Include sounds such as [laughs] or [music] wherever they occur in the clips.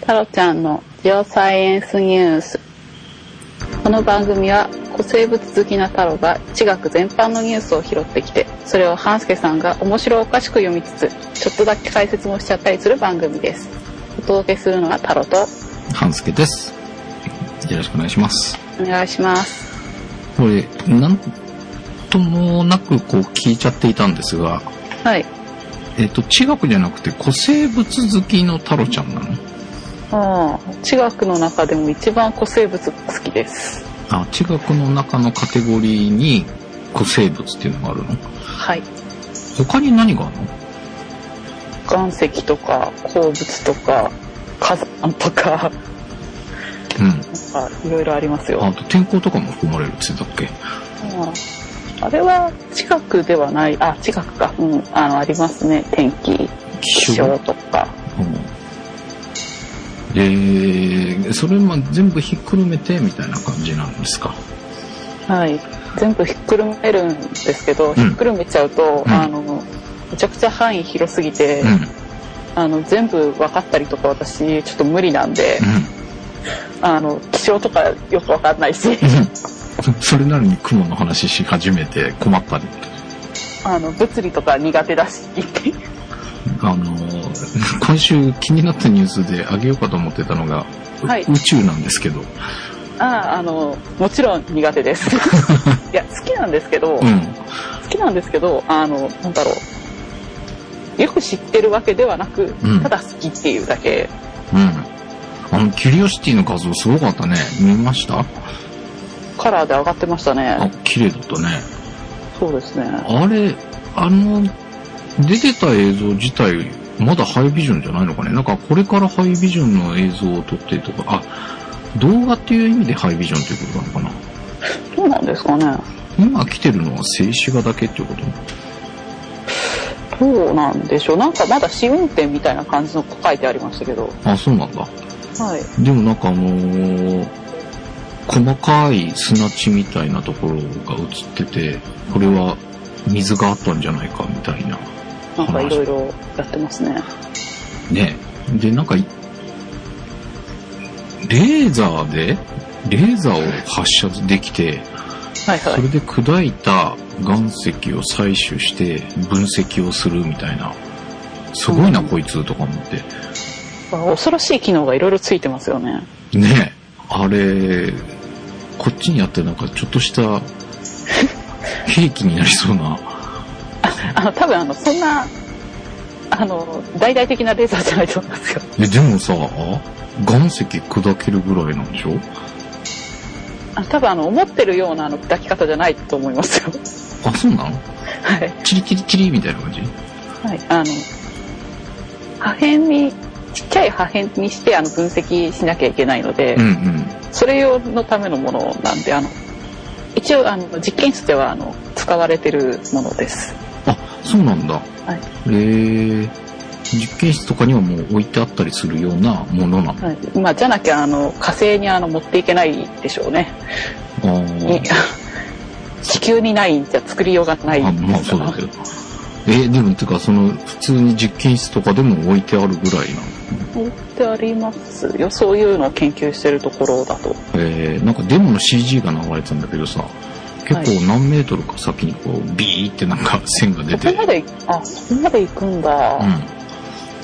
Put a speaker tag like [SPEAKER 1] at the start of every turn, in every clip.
[SPEAKER 1] タロちゃんのジオサイエンスニュース。この番組は古生物好きなタロが地学全般のニュースを拾ってきて、それを半助さんが面白おかしく読みつつ、ちょっとだけ解説もしちゃったりする番組です。お届けするのはタロと、
[SPEAKER 2] 半助です。よろしくお願いします。
[SPEAKER 1] お願いします。
[SPEAKER 2] これ、なんともなくこう聞いちゃっていたんですが、
[SPEAKER 1] はい。
[SPEAKER 2] えっ、と、地学じゃなくて古生物好きの太郎ちゃんなの
[SPEAKER 1] ああ、地学の中でも一番古生物が好きです。
[SPEAKER 2] あ、地学の中のカテゴリーに古生物っていうのがあるの
[SPEAKER 1] はい。
[SPEAKER 2] 他に何があるの
[SPEAKER 1] 岩石とか鉱物とか火山とか、
[SPEAKER 2] うん。
[SPEAKER 1] なんかいろいろありますよ。
[SPEAKER 2] あと天候とかも含まれるって言ってたっけ
[SPEAKER 1] あれは近くではない、あ、近くか。うん、あの、ありますね。天気、気象とか。
[SPEAKER 2] うんえー、それま全部ひっくるめてみたいな感じなんですか。
[SPEAKER 1] はい。全部ひっくるめるんですけど、
[SPEAKER 2] ん
[SPEAKER 1] ひっくるめちゃうと、
[SPEAKER 2] うん
[SPEAKER 1] あの、めちゃくちゃ範囲広すぎて、
[SPEAKER 2] うん。うん。
[SPEAKER 1] あの、全部分かったりとか私、ちょっと無理なんで、あの、気象とかよく分かんないし、
[SPEAKER 2] うん [laughs] それなのに雲の話し始めて困ったり
[SPEAKER 1] あの、物理とか苦手だし、
[SPEAKER 2] あのー今週気になったニュースであげようかと思ってたのが、
[SPEAKER 1] はい
[SPEAKER 2] 宇宙なんですけど、
[SPEAKER 1] ああの、もちろん苦手です。
[SPEAKER 2] [laughs]
[SPEAKER 1] いや、好きなんですけど、
[SPEAKER 2] うん、
[SPEAKER 1] 好きなんですけどあのなんだろうよく知ってるわけではなく、
[SPEAKER 2] うん
[SPEAKER 1] ただ好きっていうだけ
[SPEAKER 2] うん。あの、キュリオシティの画像すごかったね。見ました
[SPEAKER 1] カラーで上がってました
[SPEAKER 2] あ
[SPEAKER 1] ね、
[SPEAKER 2] 綺麗だったね。
[SPEAKER 1] そうですね
[SPEAKER 2] あれ、あの、出てた映像自体、まだハイビジョンじゃないのかね。なんかこれからハイビジョンの映像を撮ってとか、あ、動画っていう意味でハイビジョンということなのかな。
[SPEAKER 1] そうなんですかね
[SPEAKER 2] 今来てるのは静止画だけっていうこと
[SPEAKER 1] どうなんでしょうなんかまだ試運転みたいな感じの書いてありましたけど
[SPEAKER 2] あ、そうなんだ。
[SPEAKER 1] はい
[SPEAKER 2] でもなんかあのー細かい砂地みたいなところが映ってて、これは水があったんじゃないかみたいな。
[SPEAKER 1] なんかいろいろやってますね
[SPEAKER 2] ねえで、なんかい、レーザーで、レーザーを発射できて、
[SPEAKER 1] はいは
[SPEAKER 2] そ
[SPEAKER 1] い
[SPEAKER 2] れで砕いた岩石を採取して分析をするみたいな。すごいな、
[SPEAKER 1] うん
[SPEAKER 2] こいつとか思って。
[SPEAKER 1] あ恐ろしい機能がいろいろついてますよね
[SPEAKER 2] ねえ、あれ、こっちにあってなんかちょっ
[SPEAKER 1] [laughs]
[SPEAKER 2] とした兵器になりそうな。
[SPEAKER 1] あの多分あのそんなあの大々的なレーザーじゃないと思いますよ
[SPEAKER 2] え、でもさ、岩石砕けるぐらいなんでしょ
[SPEAKER 1] あ多分あの思ってるようなあの抱き方じゃないと思いますよ [laughs]
[SPEAKER 2] あ、そうなの
[SPEAKER 1] はい
[SPEAKER 2] チリチリチリみたいな感じ
[SPEAKER 1] はい、あの破片にちっちゃい破片にしてあの分析しなきゃいけないので、
[SPEAKER 2] うんうん。
[SPEAKER 1] それ用のためのものなんであの一応あの実験室ではあの使われてるものです
[SPEAKER 2] あ、そうなんだ。
[SPEAKER 1] い
[SPEAKER 2] えー、実験室とかにはもう置いてあったりするようなものなの。
[SPEAKER 1] はい、まあ、じゃなきゃあの火星にあの持っていけないでしょうね、
[SPEAKER 2] あー
[SPEAKER 1] [laughs] 地球にないんじゃ作りようがない
[SPEAKER 2] あ、まあ
[SPEAKER 1] です
[SPEAKER 2] そ
[SPEAKER 1] か
[SPEAKER 2] う
[SPEAKER 1] ら
[SPEAKER 2] だけど。えでもてかその普通に実験室とかでも置いてあるぐらいなの。
[SPEAKER 1] 置いてありますよそういうのを研究してるところだと
[SPEAKER 2] えーなんかデモの CG が流れてたんだけどさ、結
[SPEAKER 1] は
[SPEAKER 2] 構何メートルか先にこう、ビーってなんか線が出
[SPEAKER 1] そ
[SPEAKER 2] て、
[SPEAKER 1] [laughs] こ
[SPEAKER 2] う
[SPEAKER 1] ま
[SPEAKER 2] ん。
[SPEAKER 1] であそこまで行くんだ、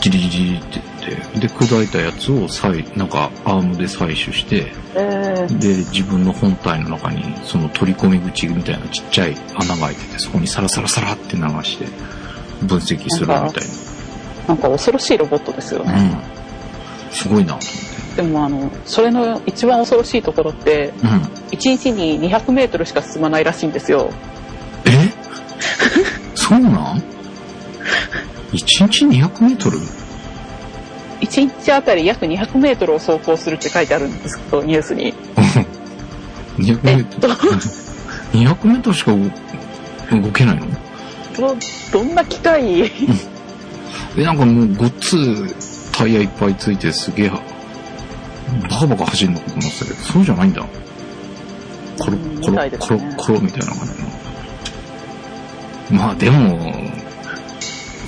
[SPEAKER 2] ジリジリって言って、で、砕いたやつを採、なんかアームで採取して、
[SPEAKER 1] えー
[SPEAKER 2] で、自分の本体の中に、その取り込み口みたいなちっちゃい穴が開いてて、そこにサラサラサラって流して、分析するみたい
[SPEAKER 1] なんかなんか恐ろしいロボットですよね、
[SPEAKER 2] な。うん。すごいなと
[SPEAKER 1] でもあのそれの一番恐ろしいところって
[SPEAKER 2] 思って。
[SPEAKER 1] 1日に 200m しか進まないらしいんですよ
[SPEAKER 2] う
[SPEAKER 1] [laughs]
[SPEAKER 2] ん。えそうなん ?1 日200メートル
[SPEAKER 1] 1日あたり約 200m を走行するって書いてあるんですけどニュースに
[SPEAKER 2] 200メ
[SPEAKER 1] えっ
[SPEAKER 2] ート
[SPEAKER 1] と
[SPEAKER 2] ル。200メートルしか動動けないの
[SPEAKER 1] どどんな機械
[SPEAKER 2] え、なんかもうごっつタイヤいっぱいついてすげえ、バカバカ走るのかと思ってたけど、そうじゃないんだ。コロ
[SPEAKER 1] うん
[SPEAKER 2] コ
[SPEAKER 1] みたい
[SPEAKER 2] ロ
[SPEAKER 1] です
[SPEAKER 2] コロ
[SPEAKER 1] ね
[SPEAKER 2] コロみたいな感じの。まあでも、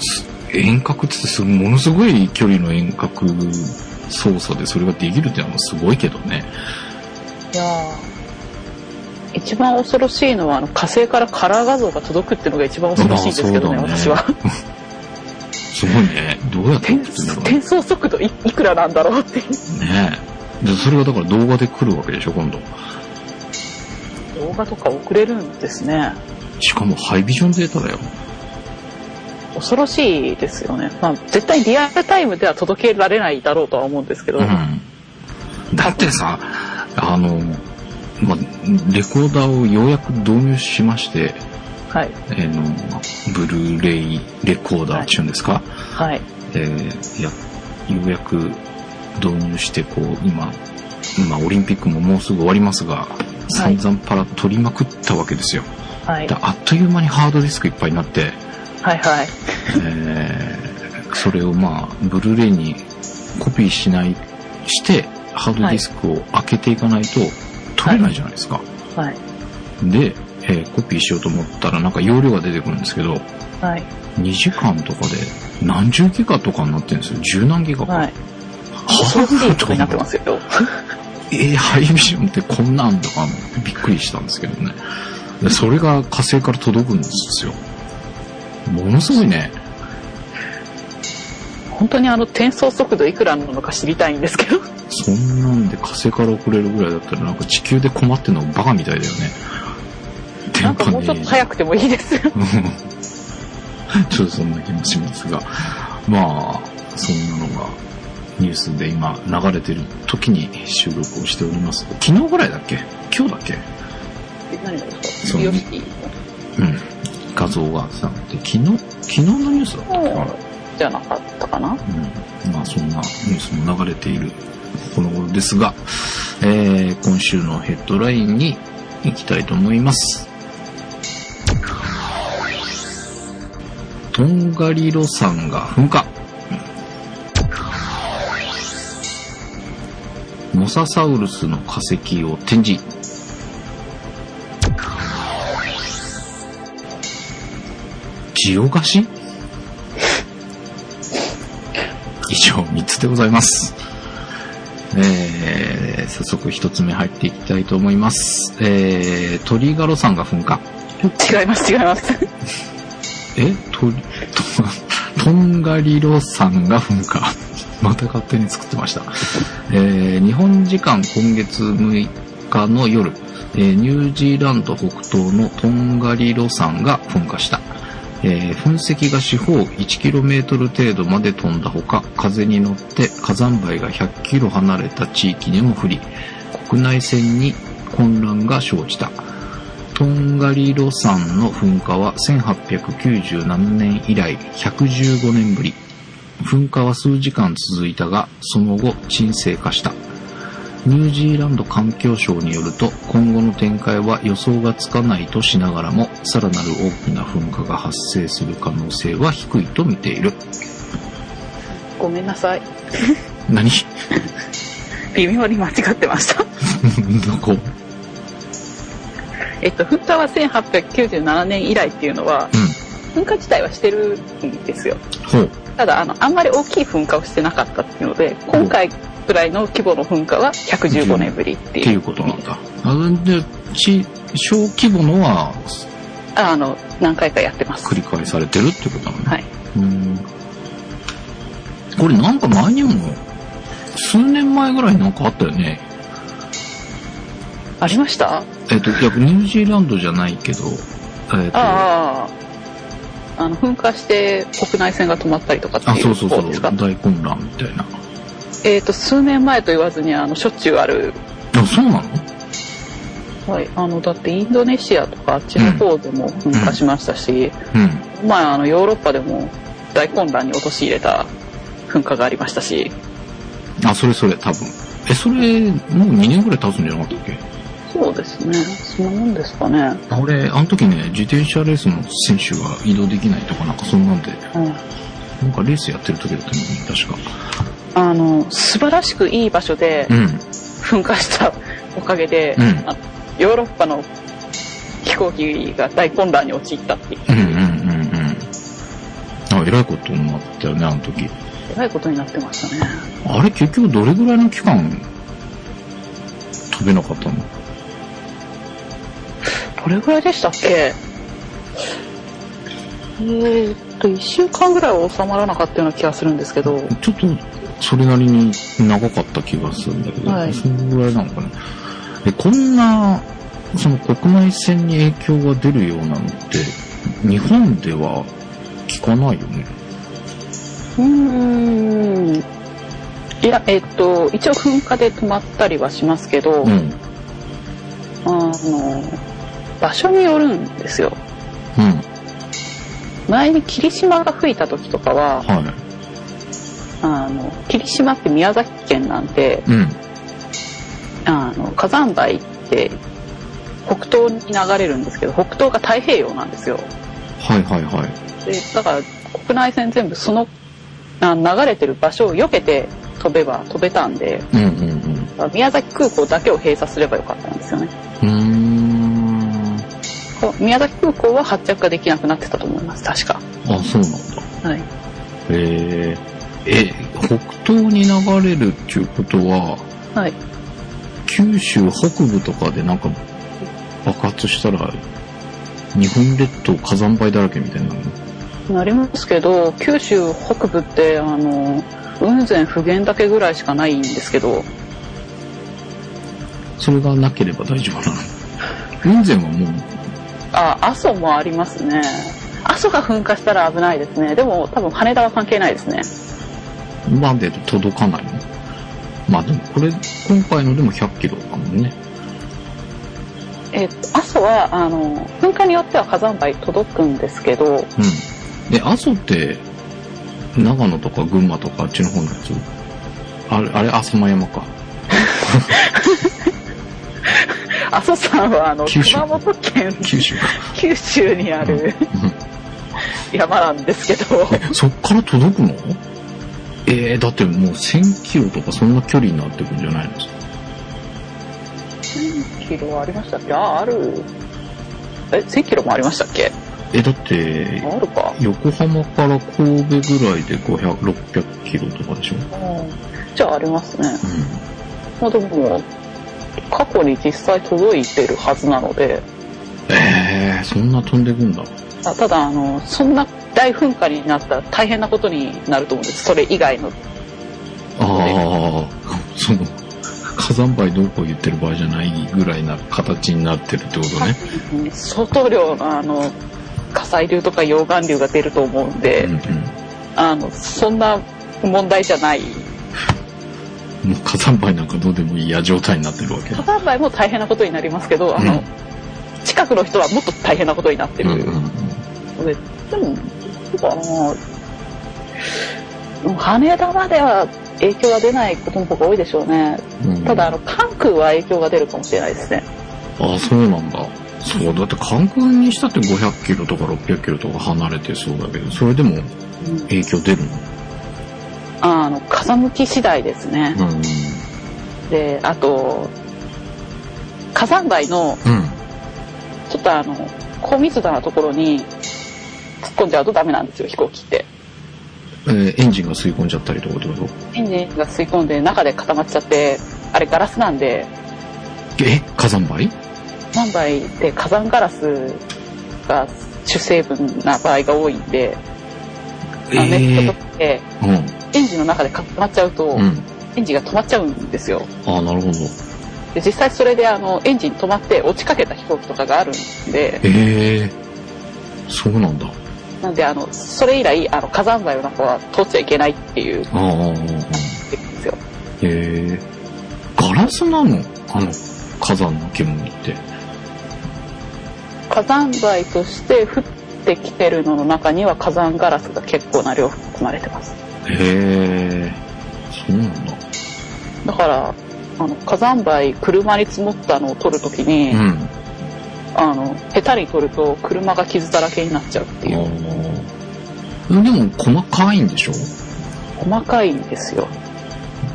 [SPEAKER 2] す遠隔ってすものすごい距離の遠隔操作でそれができるっていうのはすごいけどね。
[SPEAKER 1] いやー一番恐ろしいのはあの火星からカラー画像が届くっていうのが一番恐ろしいんですけどね
[SPEAKER 2] まあ
[SPEAKER 1] 私
[SPEAKER 2] そうだね
[SPEAKER 1] は
[SPEAKER 2] すごいね。どうやっ
[SPEAKER 1] 転
[SPEAKER 2] てやってんだろうね
[SPEAKER 1] 転送速度いいくらなんだろうっていう
[SPEAKER 2] ねえ。で、それがだから動画で来るわけでしょ、今度。
[SPEAKER 1] 動画とか送れるんですね
[SPEAKER 2] しかもハイビジョンデータだよ。
[SPEAKER 1] 恐ろしいですよね、まあ、絶対リアルタイムでは届けられないだろうとは思うんですけど、
[SPEAKER 2] うん。だってさ、あの、まあ、レコーダーをようやく導入しまして、
[SPEAKER 1] はい
[SPEAKER 2] えーの、ブルーレイレコーダーっていうんですか、
[SPEAKER 1] はい
[SPEAKER 2] えーいや、ようやく導入して、こう、今、まあ、オリンピックももうすぐ終わりますが、散
[SPEAKER 1] い
[SPEAKER 2] 々パラ取りまくったわけですよ。
[SPEAKER 1] はい
[SPEAKER 2] であっという間にハードディスクいっぱいになって、
[SPEAKER 1] はいはい
[SPEAKER 2] えーそれをまあ、ブルーレイにコピーしない、して、ハードディスクを開けていかないと取れないじゃないですか。
[SPEAKER 1] はい
[SPEAKER 2] で、えーコピーしようと思ったらなんか容量が出てくるんですけど、
[SPEAKER 1] はい
[SPEAKER 2] 2時間とかで何十ギガとかになってるんですよ。十何ギガか。
[SPEAKER 1] はい恐
[SPEAKER 2] ハ
[SPEAKER 1] ろし
[SPEAKER 2] ード
[SPEAKER 1] い
[SPEAKER 2] デ
[SPEAKER 1] ことに [laughs] なってますよ
[SPEAKER 2] えー、ハイビジョンってこんなんとかびっくりしたんですけどね。でそれが火星から届くんですよ。ものすごいね。
[SPEAKER 1] 本当にあの転送速度いくらなのか知りたいんですけど
[SPEAKER 2] そんなんで火星から送れるぐらいだったらなんか地球で困ってんのバカみたいだよね。
[SPEAKER 1] なんかもうちょっと早くてもいいですよ
[SPEAKER 2] うん [laughs] ちょっとそんな気もしますが、まあ、そんなのがニュースで今流れてる時に収録をしております。昨日ぐらいだっけ今日だっけ
[SPEAKER 1] 何がですか
[SPEAKER 2] そう
[SPEAKER 1] 美容室
[SPEAKER 2] うん。画像がさ、で昨日、昨日のニュースだったっけかな
[SPEAKER 1] じゃなかったかな
[SPEAKER 2] うん、まあそんなニュースも流れているこの頃ですが、えー今週のヘッドラインに行きたいと思います。トンガリロ山が噴火。モササウルスの化石を展示。ジオ菓子以上3つでございます。えー、早速1つ目入っていきたいと思います。えー、鳥ガロさんが噴火。
[SPEAKER 1] 違います違います
[SPEAKER 2] え鳥、 [laughs] と、とんがりろさんが噴火。 [laughs] また勝手に作ってました。えー日本時間今月6日の夜、えーニュージーランド北東のトンガリロ山が噴火した。えー噴石が四方 1km 程度まで飛んだほか、風に乗って火山灰が 100km 離れた地域にも降り、国内線に混乱が生じた。トンガリロ山の噴火は1897年以来115年ぶり。噴火は数時間続いたが、その後沈静化した。ニュージーランド環境省によると、今後の展開は予想がつかないとしながらも、さらなる大きな噴火が発生する可能性は低いと見ている。
[SPEAKER 1] ごめんなさい
[SPEAKER 2] 何 [laughs]
[SPEAKER 1] 微妙に間違ってました
[SPEAKER 2] どこ
[SPEAKER 1] えっと、噴火は1897年以来っていうのは、
[SPEAKER 2] うん。
[SPEAKER 1] 噴火自体はしてるんですよ。
[SPEAKER 2] ほう。
[SPEAKER 1] ただ、あの、あんまり大きい噴火をしてなかったっていうので、今回くらいの規模の噴火は115年ぶりって
[SPEAKER 2] って
[SPEAKER 1] い。
[SPEAKER 2] いううことなんだ。あで、ち、小規模のは
[SPEAKER 1] あの、何回かやってます。
[SPEAKER 2] 繰り返されてるってことなのね。
[SPEAKER 1] はい。
[SPEAKER 2] うんこれなんか前にも、数年前ぐらいなんかあったよね。
[SPEAKER 1] ありました
[SPEAKER 2] えっ、と、いや、ニュージーランドじゃないけど、えっ、と、あ
[SPEAKER 1] ああ。あの、噴火して国内線が止まったりとかってい
[SPEAKER 2] そううそうそ
[SPEAKER 1] 方
[SPEAKER 2] う
[SPEAKER 1] ですか、
[SPEAKER 2] 大混乱みたいな。
[SPEAKER 1] えっと、数年前と言わずに、あの、しょっちゅうある、
[SPEAKER 2] あ、そうなの
[SPEAKER 1] はい、あの、だってインドネシアとかあっちの方でも噴火しましたし、
[SPEAKER 2] うん。
[SPEAKER 1] まあ、あのヨーロッパでも大混乱に陥れた噴火がありましたし
[SPEAKER 2] あ、それそれ、多分。え、それ、もう2年ぐらい経つんじゃなかったっけ
[SPEAKER 1] そうですねそんなもんですかね、
[SPEAKER 2] 俺、あの時ね、自転車レースの選手が移動できないとかなんかそんなんで、
[SPEAKER 1] うん、
[SPEAKER 2] なんかレースやってる時だったのに、確か。
[SPEAKER 1] あの素晴らしくいい場所で
[SPEAKER 2] うん。
[SPEAKER 1] 噴火したおかげで、
[SPEAKER 2] うん
[SPEAKER 1] あのヨーロッパの飛行機が大混乱に陥ったっていう
[SPEAKER 2] うんうんうんうん。あ、偉いことになったよね、あの時。
[SPEAKER 1] えらいことになってましたね。
[SPEAKER 2] あれ結局どれぐらいの期間飛べなかったの
[SPEAKER 1] どれぐらいでしたっけえーっと、1週間ぐらいは収まらなかったような気がするんですけど、
[SPEAKER 2] ちょっとそれなりに長かった気がするんだけど、
[SPEAKER 1] はい
[SPEAKER 2] そのぐらいなのかな。え、こんな、その国内線に影響が出るようなのって、日本では聞かないよね。
[SPEAKER 1] うーん。いや、えっと、一応噴火で止まったりはしますけど、
[SPEAKER 2] うん。
[SPEAKER 1] あの、場所によるんですよ。
[SPEAKER 2] うん。
[SPEAKER 1] 前に霧島が吹いた時とかは、
[SPEAKER 2] は
[SPEAKER 1] あの、霧島って宮崎県なんで、
[SPEAKER 2] い。うん。
[SPEAKER 1] あの、火山灰って北東に流れるんですけど、北東が太平洋なんですよ。
[SPEAKER 2] はいはいはい。
[SPEAKER 1] で、だから国内線全部その、あ流れてる場所を避けて飛べば飛べたんで、
[SPEAKER 2] うんうんうん。
[SPEAKER 1] 宮崎空港だけを閉鎖すればよかったんですよね。
[SPEAKER 2] うーん。
[SPEAKER 1] こう宮崎空港は発着ができなくなってたと思います、確か。
[SPEAKER 2] あ、そうなんだ。
[SPEAKER 1] はい。
[SPEAKER 2] えー、え、北東に流れるっていうことは、
[SPEAKER 1] はい。
[SPEAKER 2] 九州北部とかでなんか爆発したら、日本列島火山灰だらけみたいになるの
[SPEAKER 1] なりますけど、九州北部って、あの、雲仙普賢岳ぐらいしかないんですけど、
[SPEAKER 2] それがなければ大丈夫な
[SPEAKER 1] [laughs]
[SPEAKER 2] の。雲仙はもう、
[SPEAKER 1] あ、阿蘇もありますね。阿蘇が噴火したら危ないですね。でも多分羽田は関係ないですね。
[SPEAKER 2] まで届かないのまあでもこれ、今回のでも100キロかもね。
[SPEAKER 1] えっと、阿蘇は、あの、噴火によっては火山灰届くんですけど、
[SPEAKER 2] うん。え、阿蘇って、長野とか群馬とかあっちの方のやつあれ、あれ、浅間山か。
[SPEAKER 1] 阿蘇山は、あの、
[SPEAKER 2] 九州
[SPEAKER 1] 熊本県、[laughs]
[SPEAKER 2] 九州か。
[SPEAKER 1] 九州にある
[SPEAKER 2] う
[SPEAKER 1] 山なんですけど、
[SPEAKER 2] ん。 [laughs] そっから届くのえー、だってもう1000キロとかそんな距離になってくんじゃないの
[SPEAKER 1] 1000キロありましたっけあ、ある。え、1000キロもありましたっけ
[SPEAKER 2] え、だって、
[SPEAKER 1] あるか。
[SPEAKER 2] 横浜から神戸ぐらいで500、600キロとかでしょ
[SPEAKER 1] うんじゃあありますね。
[SPEAKER 2] う
[SPEAKER 1] まあでも、過去に実際届いてるはずなので、
[SPEAKER 2] ん。えー、そんな飛んでくんだ。
[SPEAKER 1] あただあのそんな大噴火になったら大変なことになると思うんですそれ以外の
[SPEAKER 2] ああ、 [laughs] その、火山灰どうこう言ってる場合じゃないぐらいな形になってるってことね。
[SPEAKER 1] 相当量のあの火砕流とか溶岩流が出ると思うんで、
[SPEAKER 2] うんうん。
[SPEAKER 1] あのそんな問題じゃない
[SPEAKER 2] もう火山灰なんかどうでもいいや状態になってるわけ
[SPEAKER 1] 火
[SPEAKER 2] だ。
[SPEAKER 1] 山灰も大変なことになりますけどあの、
[SPEAKER 2] うん
[SPEAKER 1] 近くの人はもっと大変なことになってる
[SPEAKER 2] うん
[SPEAKER 1] の
[SPEAKER 2] う
[SPEAKER 1] で、
[SPEAKER 2] んうん。
[SPEAKER 1] でもあの羽田までは影響が出ないことの方が多いでしょうね
[SPEAKER 2] うん
[SPEAKER 1] ただあの関空は影響が出るかもしれないですね
[SPEAKER 2] ああ、そうなんだ。そう、だって関空にしたって500キロとか600キロとか離れてそうだけど、それでも影響出るの
[SPEAKER 1] あの風向き次第ですね、
[SPEAKER 2] うん。
[SPEAKER 1] であと火山灰の
[SPEAKER 2] うん。
[SPEAKER 1] ちょっとあの高密度なところに突っ込んじゃうとダメなんですよ飛行機って
[SPEAKER 2] えーエンジンが吸い込んじゃったりとかってこと
[SPEAKER 1] エンジンが吸い込んで中で固まっちゃってあれガラスなんで
[SPEAKER 2] え火山灰
[SPEAKER 1] 火山灰って火山ガラスが主成分な場合が多いんで、あのネットとかで
[SPEAKER 2] えー
[SPEAKER 1] エンジンの中で固まっちゃうと、
[SPEAKER 2] うん。うん。
[SPEAKER 1] エンジンが止まっちゃうんですよ
[SPEAKER 2] ああ、なるほど。
[SPEAKER 1] で実際それであのエンジン止まって落ちかけた飛行機とかがあるんで
[SPEAKER 2] ええそうなんだ。
[SPEAKER 1] なんであのそれ以来あの火山灰の中は通っちゃいけないっていう
[SPEAKER 2] ああ、ああ、ああ。
[SPEAKER 1] ってるんですよ
[SPEAKER 2] ええガラスなのあの、火山の煙って。
[SPEAKER 1] 火山灰として降ってきてるのの中には火山ガラスが結構な量含まれてます
[SPEAKER 2] へえそうなんだ。
[SPEAKER 1] だからあの火山灰車に積もったのを取るときに、
[SPEAKER 2] うん。
[SPEAKER 1] あの下手に取ると車が傷だらけになっちゃうっていう
[SPEAKER 2] あーでも細かいんでしょ
[SPEAKER 1] 細かいんですよ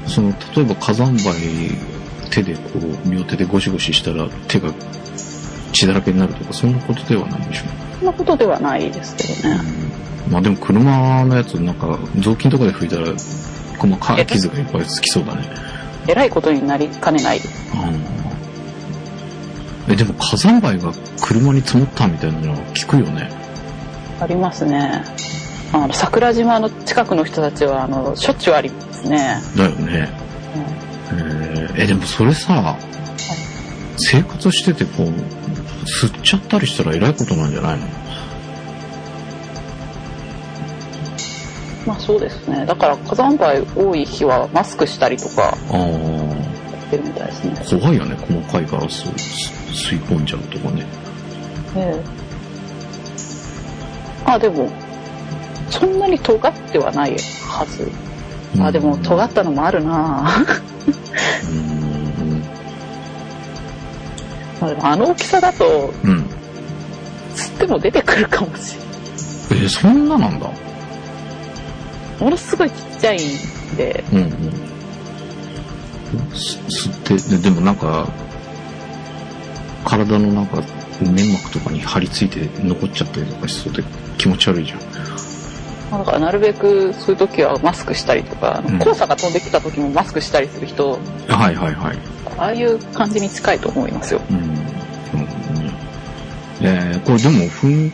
[SPEAKER 2] その例えば火山灰手でこう両手でゴシゴシしたら手が血だらけになるとかそんなことではないんでしょ
[SPEAKER 1] そんなことではないですけどね。
[SPEAKER 2] まあでも車のやつなんか雑巾とかで拭いたら細かい傷がいっぱいつきそうだね。
[SPEAKER 1] えらいことになりかねない。
[SPEAKER 2] うんえ、でも火山灰が車に積もったみたいなのは聞くよね。
[SPEAKER 1] ありますね。あの、桜島の近くの人たちは、あの、しょっちゅうありますね。
[SPEAKER 2] だよね。
[SPEAKER 1] うん
[SPEAKER 2] えーえ、でもそれさ、生活しててこう、吸っちゃったりしたらえらいことなんじゃないの
[SPEAKER 1] まあそうですね。だから火山灰多い日はマスクしたりとか
[SPEAKER 2] あ
[SPEAKER 1] やってるみたいですね
[SPEAKER 2] あ、。怖いよね、細かいガラスを吸い込んじゃうとかね。
[SPEAKER 1] ええ。あ、でも、そんなに尖ってはないはず。あ、でも尖ったのもあるな
[SPEAKER 2] うん。
[SPEAKER 1] まあでもあの大きさだと、
[SPEAKER 2] うん。
[SPEAKER 1] 吸っても出てくるかもしれない。
[SPEAKER 2] えーそんななんだ。
[SPEAKER 1] ものすごいちっちゃいんで、
[SPEAKER 2] うんうん。す吸って、ででもなんか、体のなんか、粘膜とかに張り付いて残っちゃったりとかしそうで気持ち悪いじゃん。
[SPEAKER 1] だからなるべくそういう時はマスクしたりとか、あの
[SPEAKER 2] うん
[SPEAKER 1] 黄砂が飛んできた時もマスクしたりする人、
[SPEAKER 2] はいはいはい。
[SPEAKER 1] ああいう感じに近いと思いますよ。
[SPEAKER 2] うん。うんえーこれでも噴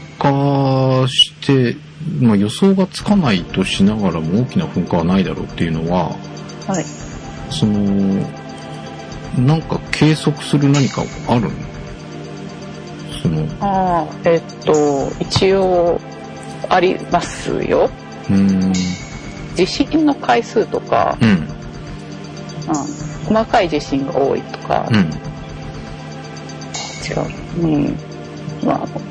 [SPEAKER 2] 火して、まあ予想がつかないとしながらも大きな噴火はないだろうっていうのは、
[SPEAKER 1] はい。
[SPEAKER 2] その、なんか計測する何かあるのその、
[SPEAKER 1] ああ、えっと、一応、ありますよ。
[SPEAKER 2] うん、
[SPEAKER 1] 地震の回数とか、
[SPEAKER 2] うん、
[SPEAKER 1] うん、細かい地震が多いとか、
[SPEAKER 2] うん。
[SPEAKER 1] 違う。うん。まああの、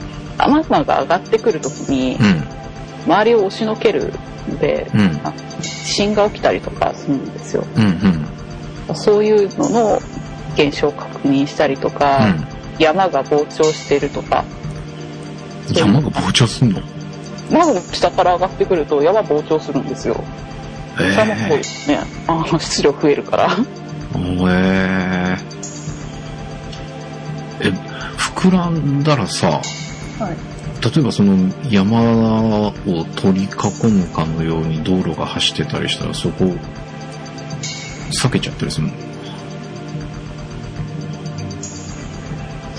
[SPEAKER 1] 雨雲が上がってくる時に
[SPEAKER 2] う、ん、
[SPEAKER 1] 周りを押しのけるので、
[SPEAKER 2] うん、
[SPEAKER 1] 地震が起きたりとかするんですよ。
[SPEAKER 2] うん、うん、
[SPEAKER 1] そういうのの現象を確認したりとか、山が膨張してるとか、
[SPEAKER 2] うん。山が膨張すんの
[SPEAKER 1] 窓の下から上がってくると山膨張するんですよ。それもすごい
[SPEAKER 2] え
[SPEAKER 1] ですね。あの、質量増えるから。
[SPEAKER 2] ー、えー、え、膨らんだらさ、
[SPEAKER 1] はい。
[SPEAKER 2] 例えばその山を取り囲むかのように道路が走ってたりしたらそこを避けちゃったりする [laughs] の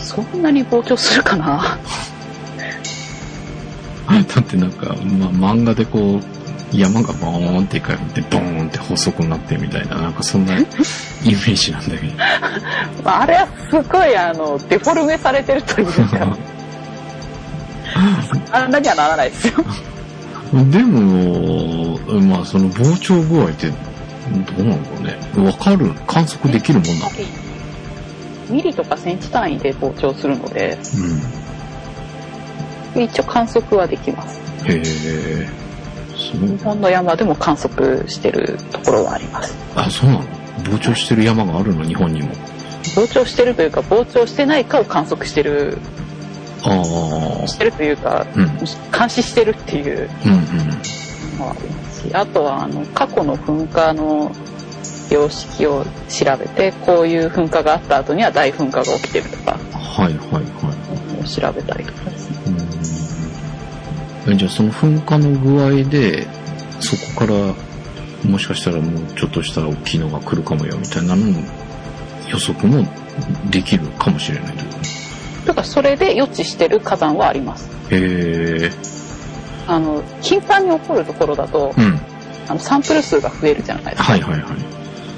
[SPEAKER 1] そんなに膨張するかな
[SPEAKER 2] だってなんか、まあ、漫画でこう、山がボーンってかって、ボーンって細くなってみたいな、なんかそんなイメージなんだけど。
[SPEAKER 1] [laughs] まああれはすごい、あの、デフォルメされてるという [laughs] か、あんなにはならないです [laughs] よ。
[SPEAKER 2] でも、まあその膨張具合って、どうなのかね。わかる観測できるもんなの
[SPEAKER 1] ミリとかセンチ単位で膨張するので、
[SPEAKER 2] うん。
[SPEAKER 1] 一応観測はできます。
[SPEAKER 2] へえ。すごい
[SPEAKER 1] 日。本の山でも観測してるところはあります。
[SPEAKER 2] あ、そうなの膨張してる山があるの日本にも。
[SPEAKER 1] 膨張してるというか、膨張してないかを観測してる、
[SPEAKER 2] ああ。
[SPEAKER 1] してるというか、
[SPEAKER 2] うん。
[SPEAKER 1] 監視してるっていう
[SPEAKER 2] うん
[SPEAKER 1] のはありますし、あとはあの過去の噴火の様式を調べて、こういう噴火があった後には大噴火が起きてるとか、
[SPEAKER 2] うん。はいはいはい。
[SPEAKER 1] 調べたりとかですね。
[SPEAKER 2] うんえじゃあその噴火の具合でそこからもしかしたらもうちょっとしたら大きいのが来るかもよみたいなのも予測もできるかもしれないと
[SPEAKER 1] だからそれで予知してる火山はあります。
[SPEAKER 2] へえ
[SPEAKER 1] あの、頻繁に起こるところだと
[SPEAKER 2] う、ん
[SPEAKER 1] あのサンプル数が増えるじゃないですか。
[SPEAKER 2] はいはいはい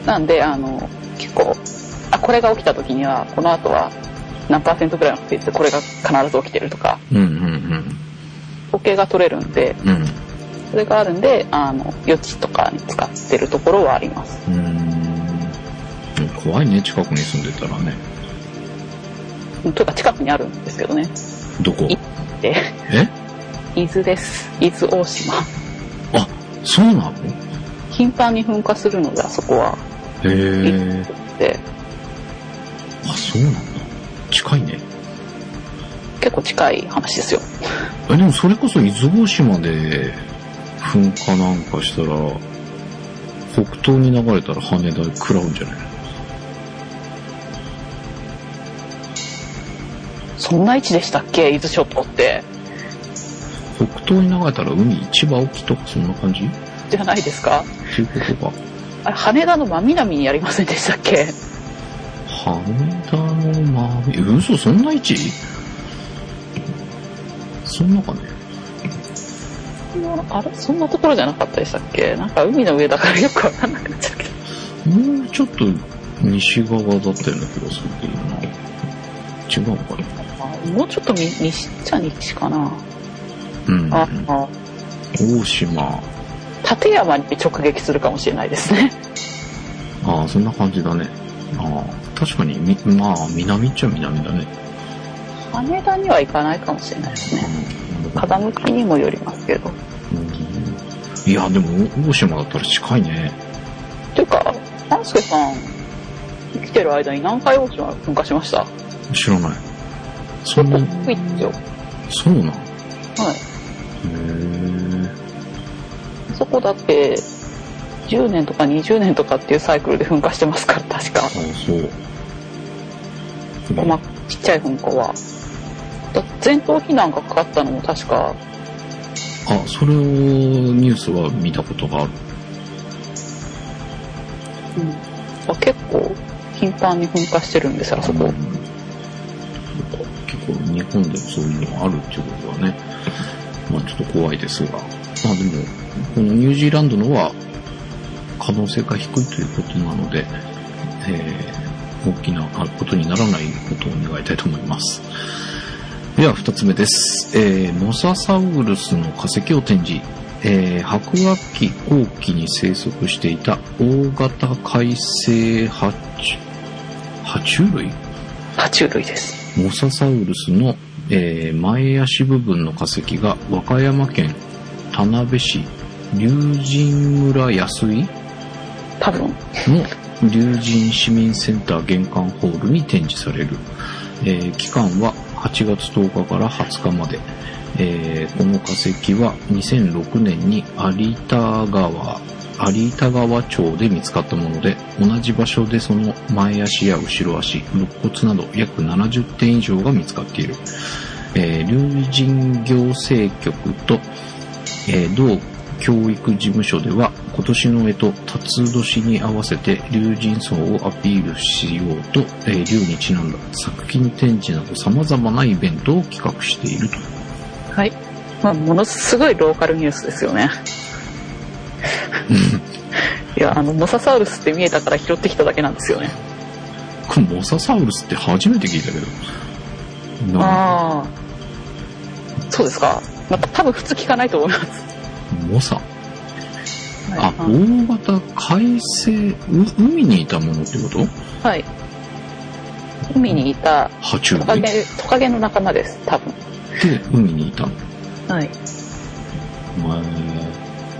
[SPEAKER 1] なんで、あの、結構、あ、これが起きた時には、この後は何パーセントくらいの確率でこれが必ず起きてるとか、
[SPEAKER 2] うんうん
[SPEAKER 1] 統計が取れるんで、
[SPEAKER 2] うんうん
[SPEAKER 1] それがあるんで、あの、予知とかに使ってるところはあります。
[SPEAKER 2] うーん怖いね近くに住んでたらね
[SPEAKER 1] というか、近くにあるんですけどね。
[SPEAKER 2] どこ
[SPEAKER 1] いで、
[SPEAKER 2] え
[SPEAKER 1] 伊豆です。伊豆大島。
[SPEAKER 2] あそうなの
[SPEAKER 1] 頻繁に噴火するので、あそこは。
[SPEAKER 2] へえ
[SPEAKER 1] で、
[SPEAKER 2] あそうなんだ近いね
[SPEAKER 1] 結構近い話ですよ。
[SPEAKER 2] えでもそれこそ伊豆大島で噴火なんかしたら北東に流れたら羽田食らうんじゃない
[SPEAKER 1] そんな位置でしたっけ伊豆諸島って。
[SPEAKER 2] 北東に流れたら海一番沖とかそんな感じっ
[SPEAKER 1] じゃないですか
[SPEAKER 2] ていうことか。
[SPEAKER 1] あれ羽田の真南にありませんでしたっけ
[SPEAKER 2] 羽田の真海、嘘そんな位置そんなかね。
[SPEAKER 1] あれそんなところじゃなかったでしたっけなんか海の上だからよくわかんなくなっちゃうけど
[SPEAKER 2] もうちょっと西側だったような気がするけどな。違うのかな
[SPEAKER 1] あもうちょっとみ西っちゃ西かな、
[SPEAKER 2] うん。
[SPEAKER 1] ああ
[SPEAKER 2] 大島。
[SPEAKER 1] 立山に直撃するかもしれないですね
[SPEAKER 2] ああ、そんな感じだね。ああ、確かに、み、まあ、南っちゃ南だね。
[SPEAKER 1] 羽田には行かないかもしれないですね風向きにもよりますけど
[SPEAKER 2] うんいや、でも、大島だったら近いね。
[SPEAKER 1] ていうか半助さん生きてる間に何回大島噴火しました
[SPEAKER 2] 知らない。そんな、
[SPEAKER 1] 多いっすよ
[SPEAKER 2] そうなん。へ
[SPEAKER 1] はい
[SPEAKER 2] え。
[SPEAKER 1] そこだって10年とか20年とかっていうサイクルで噴火してますから確か
[SPEAKER 2] あそう。
[SPEAKER 1] まちっちゃい噴火はだ全島避難がかかったのも確か
[SPEAKER 2] あ、それを、ニュースは見たことがある。
[SPEAKER 1] あ結構頻繁に噴火してるんですよあそこ、
[SPEAKER 2] うん結構日本でもそういうのがあるっていうことはね、まあちょっと怖いですが、まあでも、このニュージーランドのは可能性が低いということなので、えー大きなことにならないことを願いたいと思います。では、二つ目です。えーモササウルスの化石を展示。えー白亜紀後期に生息していた大型海生爬虫爬虫類
[SPEAKER 1] 爬虫類です
[SPEAKER 2] モササウルスの、えー前足部分の化石が和歌山県田辺市龍神村安井
[SPEAKER 1] 多分
[SPEAKER 2] の龍神市民センター玄関ホールに展示される、えー期間は8月10日から20日まで、えーこの化石は2006年に有田川有田川町で見つかったもので同じ場所でその前足や後ろ足肋骨など約70点以上が見つかっている、えー龍神行政局とえー同教育事務所では今年の干支辰年に合わせて龍神層をアピールしようと、えー龍にちなんだ作品展示など様々なイベントを企画していると。
[SPEAKER 1] はい、まあ、ものすごいローカルニュースですよねいやあのモササウルスって見えたから拾ってきただけなんですよね
[SPEAKER 2] これモササウルスって初めて聞いたけど。な
[SPEAKER 1] ああそうですかまた多分普通聞かないと思います
[SPEAKER 2] モサ。あ、
[SPEAKER 1] はい
[SPEAKER 2] 大型海星、う海にいたものってこと
[SPEAKER 1] はい海にいた
[SPEAKER 2] 爬虫
[SPEAKER 1] トカ
[SPEAKER 2] 類
[SPEAKER 1] ゲトカゲの仲間です多分
[SPEAKER 2] で海にいたの。
[SPEAKER 1] はい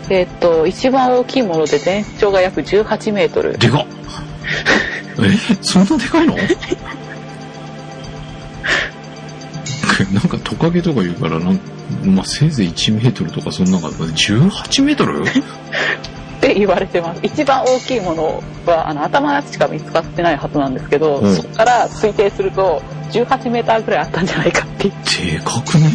[SPEAKER 2] え
[SPEAKER 1] えっと一番大きいもので全長が約18メートル
[SPEAKER 2] ーでかっえ、 [laughs] そんなでかいのなんかトカゲとか言うからなん、まあ、せいぜい1メートルとかそんなかった。18メートル
[SPEAKER 1] って言われてます一番大きいものはあの頭のやつしか見つかってないはずなんですけど、
[SPEAKER 2] うん
[SPEAKER 1] そこから推定すると18メーターぐらいあったんじゃないかっていう
[SPEAKER 2] でかくね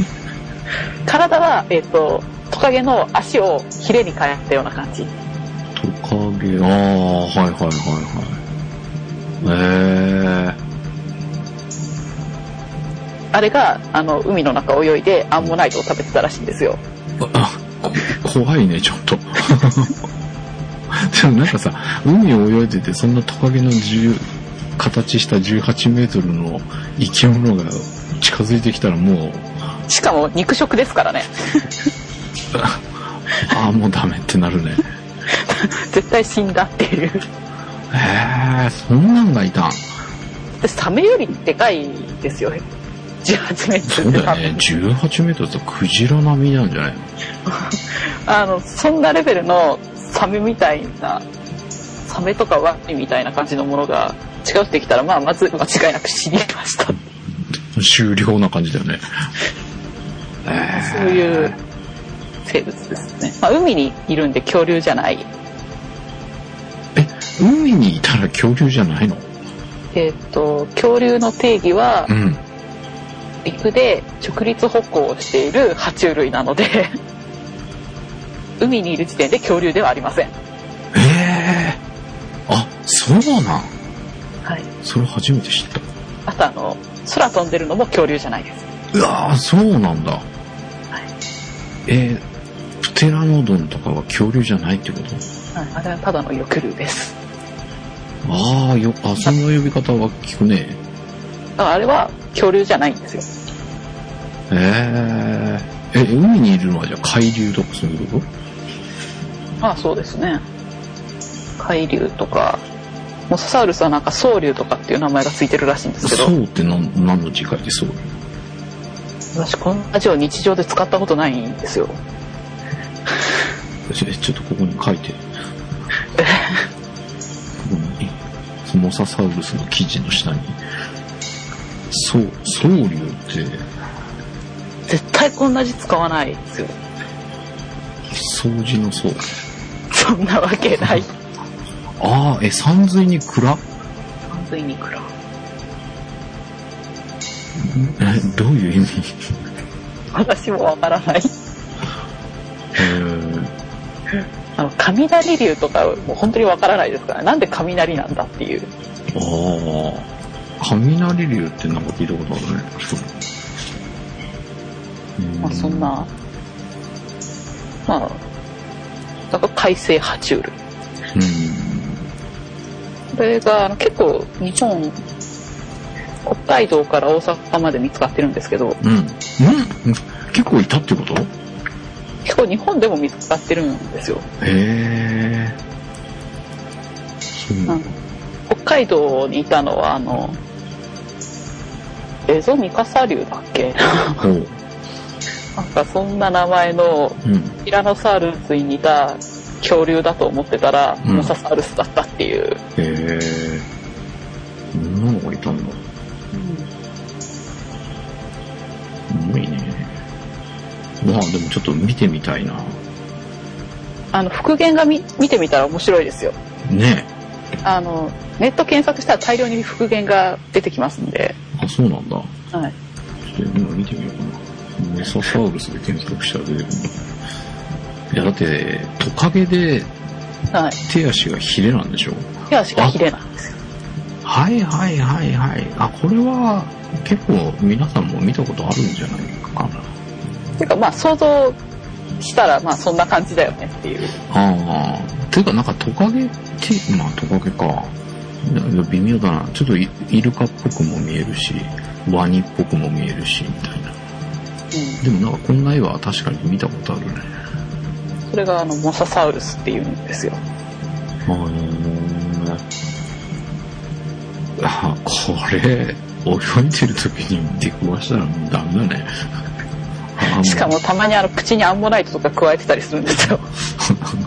[SPEAKER 1] 体は、えっとトカゲの足をヒレに変えたような感じ
[SPEAKER 2] トカゲ、ああ、はいはいはいはい。え
[SPEAKER 1] あれがあの海の中を泳いでアンモナイトを食べてたらしいんですよ
[SPEAKER 2] ー、あ、 [laughs] こ怖いね、ちょっと。 [laughs] でもなんかさ、海を泳いでてそんなトカゲの10形した18メートルの生き物が近づいてきたらもう、
[SPEAKER 1] しかも肉食ですからね
[SPEAKER 2] ああ、もうダメってなるね。 [laughs]
[SPEAKER 1] 絶対死んだっていう
[SPEAKER 2] へえ、そんなんがいたん。
[SPEAKER 1] でサメよりでかいですよ18メート
[SPEAKER 2] そ
[SPEAKER 1] ル
[SPEAKER 2] う
[SPEAKER 1] って
[SPEAKER 2] だ
[SPEAKER 1] [laughs]
[SPEAKER 2] よね。18メートルってクジラ並みなんじゃないの
[SPEAKER 1] あのそんなレベルのサメみたいなサメとかワニみたいな感じのものが近寄ってきたら、まあ、まず間違いなく死にました
[SPEAKER 2] 終了な感じだよね。
[SPEAKER 1] [laughs] そういう生物ですね、まあ、海にいるんで恐竜じゃない
[SPEAKER 2] 海にいたら恐竜じゃないの
[SPEAKER 1] えっ、と恐竜の定義は
[SPEAKER 2] うん。
[SPEAKER 1] 陸で直立歩行をしている爬虫類なので海にいる時点で恐竜ではありません、
[SPEAKER 2] ええあ、そうなん。
[SPEAKER 1] はい、
[SPEAKER 2] それ初めて知った。
[SPEAKER 1] あとあの空飛んでるのも恐竜じゃないです
[SPEAKER 2] うわーそうなんだ。えー、プテラノドンとかは恐竜じゃないってこと
[SPEAKER 1] はい、あれはただの翼竜です
[SPEAKER 2] ああ、よ、あ、その呼び方は聞くね。
[SPEAKER 1] だからあれは恐竜じゃないんですよ
[SPEAKER 2] えええ、海にいるのはじゃあ海流とかそういうこと
[SPEAKER 1] まあそうですね海竜とかモササウルスはなんか蒼竜とかっていう名前がついてるらしいんですけど
[SPEAKER 2] そうってなん何の字解でそう
[SPEAKER 1] 私この字を日常で使ったことないんですよ
[SPEAKER 2] えちょっとここに書いて。ここに、そのモササウルスの記事の下に。そう、ソウリュって、
[SPEAKER 1] 絶対こんな字使わないですよ
[SPEAKER 2] 掃除のそう。
[SPEAKER 1] そんなわけない
[SPEAKER 2] ああ、え、山水に蔵
[SPEAKER 1] 完全に暗
[SPEAKER 2] え、どういう意味
[SPEAKER 1] 私もわからない
[SPEAKER 2] えー、
[SPEAKER 1] あの雷流とかもう本当にわからないですからなんで雷なんだっていう
[SPEAKER 2] ああ、雷流ってなんか聞いたことあるね。う
[SPEAKER 1] まあそん。なまあなんか海星爬虫類
[SPEAKER 2] うん。
[SPEAKER 1] これがあの結構日本北海道から大阪まで見つかってるんですけど
[SPEAKER 2] うん。うん結構いたってことへ
[SPEAKER 1] 結構日本でも見つかってるんですよ
[SPEAKER 2] え。そう
[SPEAKER 1] な
[SPEAKER 2] なん
[SPEAKER 1] か北海道にいたのはあのエゾミカサ竜だっ
[SPEAKER 2] [laughs]
[SPEAKER 1] け
[SPEAKER 2] ほう。
[SPEAKER 1] なんかそんな名前の
[SPEAKER 2] うん。
[SPEAKER 1] ティラノサウルスに似た恐竜だと思ってたら、
[SPEAKER 2] うん
[SPEAKER 1] モササウルスだったっていう、
[SPEAKER 2] へえ。そんなのがいたんだ。すごいね。まあでもちょっと見てみたいな。
[SPEAKER 1] あの復元がみ見てみたら面白いですよ
[SPEAKER 2] ね
[SPEAKER 1] あのネット検索したら大量に復元が出てきますんで、
[SPEAKER 2] え。あ、そうなんだ。
[SPEAKER 1] はい、
[SPEAKER 2] ちょっと今見てみようかな。モササウルスで検索したら出てくるのいや、だって、トカゲで
[SPEAKER 1] はい、
[SPEAKER 2] 手足がヒレなんでしょ
[SPEAKER 1] 手足がヒレなんですよ
[SPEAKER 2] はいはいはいはい。あ、これは結構皆さんも見たことあるんじゃないかな。
[SPEAKER 1] ていうかまあ想像したらまあそんな感じだよねっていう
[SPEAKER 2] ああ。ていうかなんかトカゲって、まあトカゲか。いやいや微妙だな。ちょっとイイルカっぽくも見えるし、ワニっぽくも見えるし、みたいな。でもなんかこんな絵は確かに見たことあるね。
[SPEAKER 1] それがあのモササウルスっていうんですよ
[SPEAKER 2] あのあ、これ、泳いでる時に出くわしたらダメだね。あ
[SPEAKER 1] [laughs]
[SPEAKER 2] の
[SPEAKER 1] しか。もたまにあの口にアンモナイトとか加えてたりす [laughs] るんですよ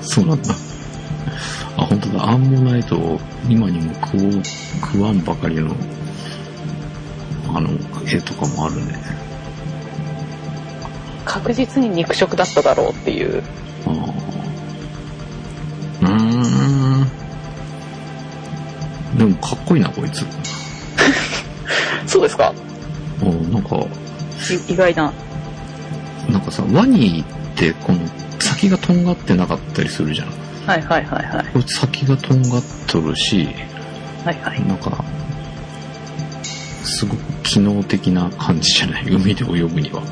[SPEAKER 2] そうなんだ。あ、本当だ。アンモナイトを今にも食おう、食わんばかりの、あの、絵とかもあるね。
[SPEAKER 1] 確実に肉食だっただろうっていう
[SPEAKER 2] ああ。うーん。でもかっこいいな、こいつ。
[SPEAKER 1] そうですか
[SPEAKER 2] おなんか、
[SPEAKER 1] い意外な
[SPEAKER 2] なんかさ、ワニってこの先がとんがってなかったりするじゃん。こ
[SPEAKER 1] はいはいはいはい
[SPEAKER 2] れ先がとんがっとるし、
[SPEAKER 1] はいはい
[SPEAKER 2] なんか、すごく機能的な感じじゃない海で泳ぐには。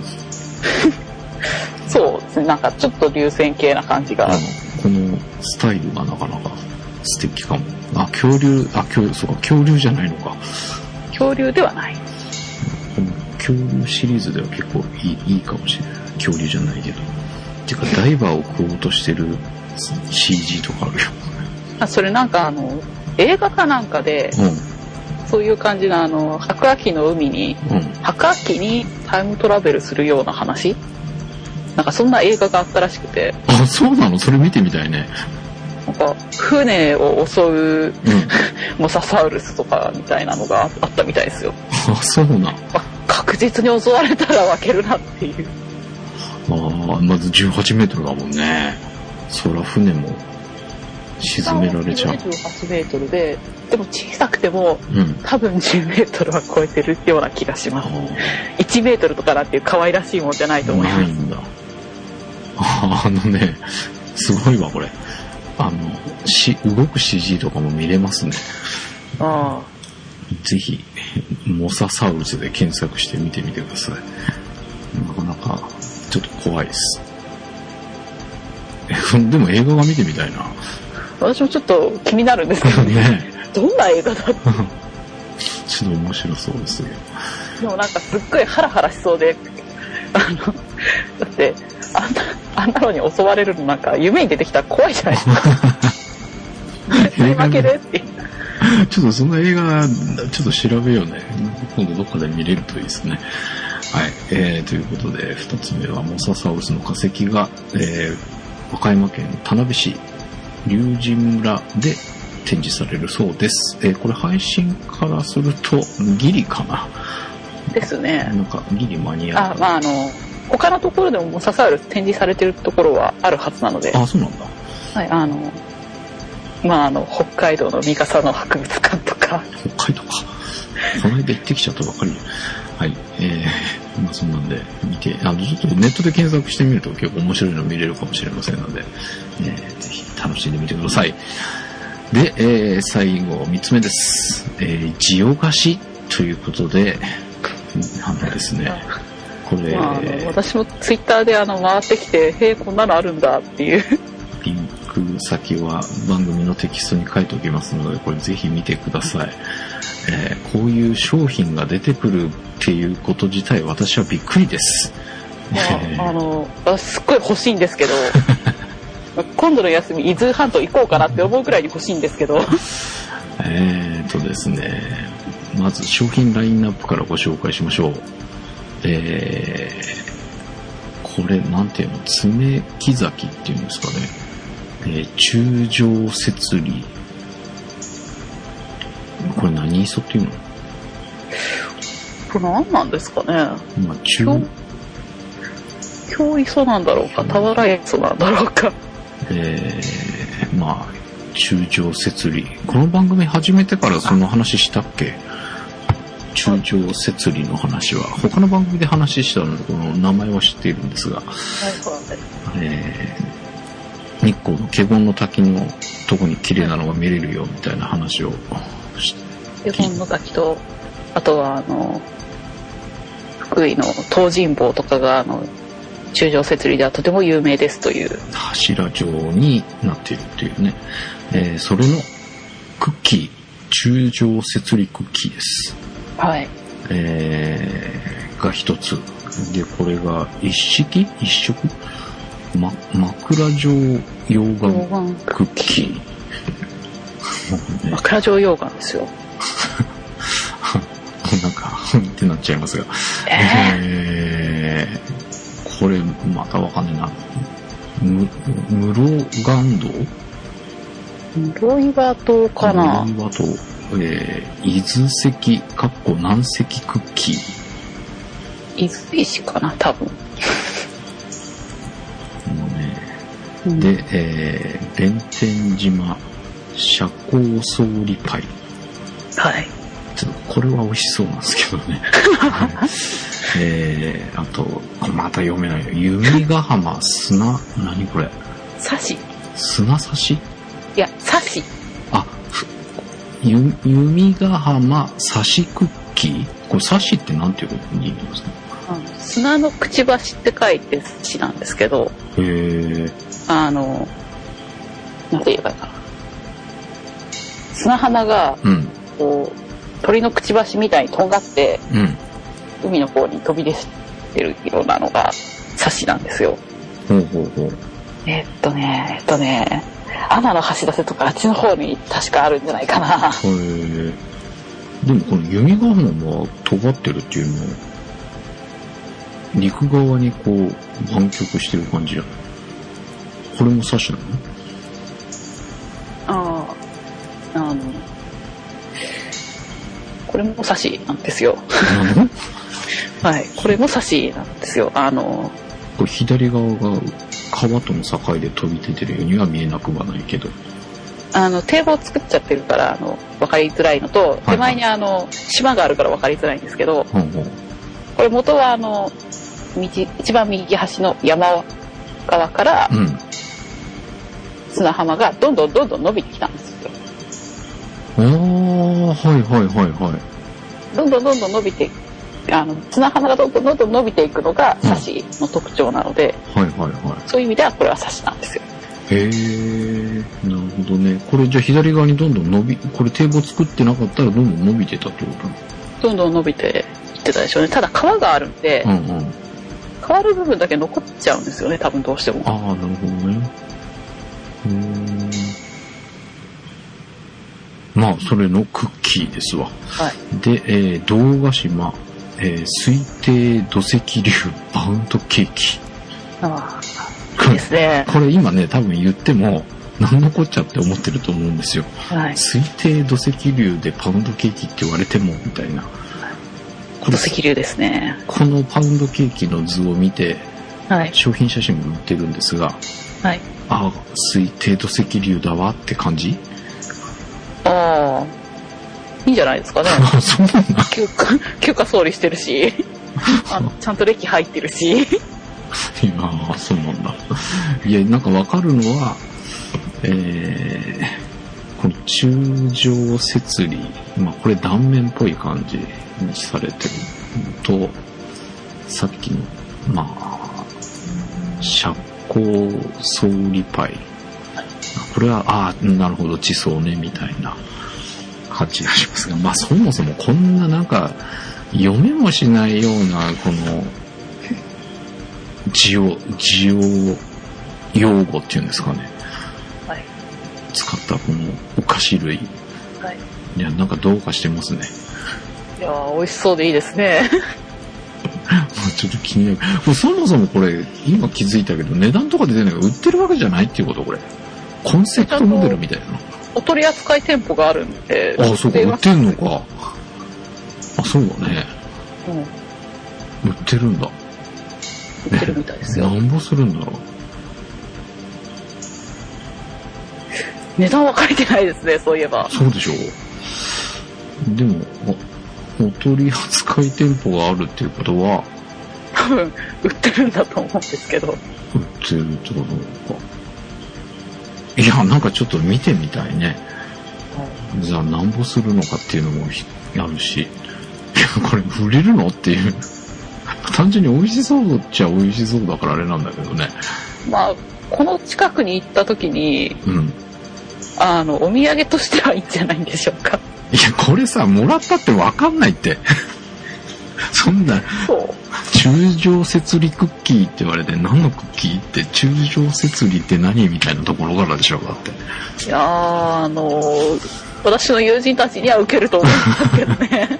[SPEAKER 1] そうですねなんかちょっと流線形な感じが、
[SPEAKER 2] あの、このスタイルがなかなか素敵かも。あ、恐竜、あ、恐竜、そうか、恐竜じゃないのか。
[SPEAKER 1] 恐竜ではない
[SPEAKER 2] この恐竜シリーズでは結構いいいいかもしれない。恐竜じゃないけど。てか、ダイバーを食おうとしてる CG とかあるよ。
[SPEAKER 1] あそれなんかあの映画かなんかでそういう感じのあの白亜紀の海に
[SPEAKER 2] うん、うん。
[SPEAKER 1] 白亜紀にタイムトラベルするような話なんかそんな映画があったらしくて
[SPEAKER 2] あ、そうなのそれ見てみたいね。
[SPEAKER 1] なんか船を襲う [laughs]
[SPEAKER 2] うん。
[SPEAKER 1] モササウルスとかみたいなのがあったみたいですよ
[SPEAKER 2] [laughs] あ、そうなん。あ
[SPEAKER 1] あ確実に襲われたら負けるなっていう
[SPEAKER 2] あ、まず18メートルだもんね。そら船も沈められちゃう。
[SPEAKER 1] 78メートルで、でも小さくても
[SPEAKER 2] うん。
[SPEAKER 1] 多分10メートルは超えてるような気がしま
[SPEAKER 2] あ
[SPEAKER 1] す。
[SPEAKER 2] あ、
[SPEAKER 1] 1メートルとかだっていう可愛らしいもんじゃないと思いま
[SPEAKER 2] な
[SPEAKER 1] す
[SPEAKER 2] い。んだ。ああのね、すごいわ、これ。あの、し、動く CG とかも見れますね。
[SPEAKER 1] あ
[SPEAKER 2] ぜひ、モササウルスで検索して見てみてください。なかなか、ちょっと怖いです。でも映画が見てみたい [laughs] な。
[SPEAKER 1] あ。私もちょっと気になるんですけどね。
[SPEAKER 2] ね
[SPEAKER 1] どんな映画だって。
[SPEAKER 2] ちょっと面白そうですけど。
[SPEAKER 1] でもなんかすっごいハラハラしそうで、あの、だって、あんな、あんなのに襲われるのなんか夢に出てきたら怖いじゃないですか。そういうわけでって。
[SPEAKER 2] ちょっとその映画、ちょっと調べようね。今度どっかで見れるといいですね。はい。えー、ということで、二つ目はモササウルスの化石が、えー、和歌山県田辺市龍神村で展示されるそうです。えー、これ配信からするとギリかな。
[SPEAKER 1] ですね。
[SPEAKER 2] なんかギリ間に合
[SPEAKER 1] あ
[SPEAKER 2] う。、
[SPEAKER 1] まああの、他のところでもモササウルス展示されてるところはあるはずなので、
[SPEAKER 2] あ、そうなんだ。
[SPEAKER 1] はい、あの、まああの、北海道の三笠の博物館とか、
[SPEAKER 2] 北海道か。この間行ってきちゃったばかり。はい。えー、まあそんなんで、見て、あの、ちょっとネットで検索してみると結構面白いの見れるかもしれませんので、えーぜひ楽しんでみてください。で、えー、最後、三つ目です。えー、ジオ菓子ということで、あのですね、これ、
[SPEAKER 1] まあ、あの私もツイッターであの回ってきて「へえこんなのあるんだ」っていう
[SPEAKER 2] リンク先は番組のテキストに書いておきますので、これぜひ見てください。えーこういう商品が出てくるっていうこと自体私はびっくりです。え
[SPEAKER 1] まああ
[SPEAKER 2] ー
[SPEAKER 1] の私 [laughs] すっごい欲しいんですけど今度の休み伊豆半島行こうかなって思うくらいに欲しいんですけど
[SPEAKER 2] えーとですね、まず商品ラインナップからご紹介しましょう。えーこれなんていうの爪木崎っていうんですかね。えー中上節理。これ何磯っていうの
[SPEAKER 1] これ何なんですかね
[SPEAKER 2] まあ、中、
[SPEAKER 1] そう今日磯なんだろうか俵磯なんだろうか
[SPEAKER 2] えー、まあ、中上設理。この番組始めてからその話したっけ中上設理の話は。他の番組で話したので、この名前は知っているんですが、えー、日光の華厳の滝のとこに綺麗なのが見れるよみたいな話をし
[SPEAKER 1] で本の滝とあとはあの福井の東尋坊とかがあの中条設理ではとても有名ですという
[SPEAKER 2] 柱状になっているっていうね。えー、それのクッキー、中上設理クッキーです。
[SPEAKER 1] はい
[SPEAKER 2] えーが一つ。で、これが一式一色ま、枕状溶
[SPEAKER 1] 溶
[SPEAKER 2] 岩
[SPEAKER 1] 岩
[SPEAKER 2] クッキー。もうね、
[SPEAKER 1] 枕状溶岩ですよ
[SPEAKER 2] なんか、ふんってなっちゃいますが。
[SPEAKER 1] え
[SPEAKER 2] えーこれ、またわかんないな。む、室岩洞
[SPEAKER 1] ー、ロイバ島かな、
[SPEAKER 2] 岩と、えー、伊豆石、かっこ南石クッキー。
[SPEAKER 1] 伊豆石かな多分、
[SPEAKER 2] もうね、
[SPEAKER 1] うん
[SPEAKER 2] で、えー、弁天島社交総理パイ。
[SPEAKER 1] はい
[SPEAKER 2] ちょっとこれは美味しそうなんですけどね。 [laughs] はいえー、あと、また読めないよ。弓ヶ浜砂、何これ
[SPEAKER 1] サシ
[SPEAKER 2] 砂刺し
[SPEAKER 1] いやサシ
[SPEAKER 2] あ、ふゆ弓ヶ浜刺しクッキーこれ刺しってなんていうことに言うんですか
[SPEAKER 1] あの砂のくちばしって書いてサシなんですけど
[SPEAKER 2] へー、
[SPEAKER 1] あのなんて言えばいいかな砂浜が
[SPEAKER 2] うん、
[SPEAKER 1] こう鳥のくちばしみたいにとんがって
[SPEAKER 2] うん。
[SPEAKER 1] 海の方に飛び出してるようなのがサシなんですよ
[SPEAKER 2] ほうほうほう。
[SPEAKER 1] えっとねえっとねアナの橋出せとかあっちの方に確かあるんじゃないかな
[SPEAKER 2] へーでもこの弓ヶ浜は尖ってるっていうのは陸側にこう湾曲してる感じじゃないこれもサシなの
[SPEAKER 1] ああ、あの、これもサシなんですよ。
[SPEAKER 2] なの
[SPEAKER 1] はい。これもサシなんですよ。あの、
[SPEAKER 2] これ左側が川との境で飛び出てるようには見えなくはないけど
[SPEAKER 1] あの堤防作っちゃってるからあの分かりづらいのと手前にあの島があるから分かりづらいんですけど
[SPEAKER 2] ほうほう。
[SPEAKER 1] これ元はあの道一番右端の山側から
[SPEAKER 2] うん。
[SPEAKER 1] 砂浜がどんどんどんどん伸びてきたんですよ。
[SPEAKER 2] ああ、はいはいはいはい。
[SPEAKER 1] どんどんどんどん伸びてあの砂浜がどんどんどんどん伸びていくのがサシの特徴なので、
[SPEAKER 2] はいはいは
[SPEAKER 1] そういう意味ではこれはサシなんですよ。
[SPEAKER 2] い。へえ、なるほどね。これじゃあ左側にどんどん伸び、これ堤防作ってなかったらどんどん伸びてたってこと
[SPEAKER 1] どんどん伸びていってたでしょうね。ただ川があるんで、
[SPEAKER 2] うんうん。
[SPEAKER 1] 変わる部分だけ残っちゃうんですよね、多分どうしても。
[SPEAKER 2] ああ、なるほどね。うーん。まあ、それのクッキーですわ。
[SPEAKER 1] はい。
[SPEAKER 2] で、えー、動画島、えー、推定土石流バウンドケーキ。
[SPEAKER 1] ああ、いいですね。
[SPEAKER 2] これ今ね、多分言っても、何のこっちゃって思ってると思うんですよ。
[SPEAKER 1] はい。
[SPEAKER 2] 推定土石流でパウンドケーキって言われても、みたいな。
[SPEAKER 1] 土
[SPEAKER 2] これ
[SPEAKER 1] 石流ですね。
[SPEAKER 2] このパウンドケーキの図を見て、
[SPEAKER 1] はい。
[SPEAKER 2] 商品写真も載ってるんですが、
[SPEAKER 1] はい。
[SPEAKER 2] ああ、推定土石流だわって感じ
[SPEAKER 1] ああ、いいんじゃないですかね。
[SPEAKER 2] あ [laughs] そうなんだ。
[SPEAKER 1] 休暇、休暇総理してる [laughs] し、あのちゃんと歴入ってるし。
[SPEAKER 2] いやーそうなんだ。いや、なんかわかるのは、えー、この中上節理、まあこれ断面っぽい感じにされてるのと、さっきの、まあ、釈光総理パイ。これは、ああ、なるほど、地層ね、みたいな感じがしますが、まあそもそもこんななんか、読めもしないような、この、ジオ、ジオ用語っていうんですかね。
[SPEAKER 1] はい。
[SPEAKER 2] 使ったこのお菓子類。
[SPEAKER 1] はい。
[SPEAKER 2] いや、なんかどうかしてますね。
[SPEAKER 1] いやー美味しそうでいいですね。
[SPEAKER 2] まあちょっと気になる。これそもそもこれ、今気づいたけど、値段とか出てないから売ってるわけじゃないっていうことこれ。コンセプトモデルみたいな。
[SPEAKER 1] お取り扱い店舗があるんで。
[SPEAKER 2] ああ、そうか、
[SPEAKER 1] 電
[SPEAKER 2] 売っ
[SPEAKER 1] 話
[SPEAKER 2] てんのか。あ、そうだね。
[SPEAKER 1] うん。
[SPEAKER 2] 売ってるんだ。
[SPEAKER 1] 売ってるみたいです
[SPEAKER 2] な
[SPEAKER 1] よ。
[SPEAKER 2] んぼするんだろう。
[SPEAKER 1] 値段は書いてないですね、そういえば。
[SPEAKER 2] そうでしょう。でも、おお取り扱い店舗があるっていうことは、
[SPEAKER 1] 多分、売ってるんだと思うんですけど。
[SPEAKER 2] 売ってるってことか。いや、なんかちょっと見てみたいね。じゃあ、なんぼするのかっていうのもひあるし。いや、これ売れるのっていう。単純に美味しそうっちゃ美味しそうだからあれなんだけどね。
[SPEAKER 1] まあ、この近くに行った時に、
[SPEAKER 2] うん。
[SPEAKER 1] あの、お土産としてはいいんじゃないんでしょうか。
[SPEAKER 2] いや、これさ、もらったってわかんないって。そんな、
[SPEAKER 1] そう。
[SPEAKER 2] 中上節理クッキーって言われて、何のクッキーって、中上節理って何みたいなところからでしょう、だって。
[SPEAKER 1] いやーあのー私の友人たちには受けると思うんですけどね。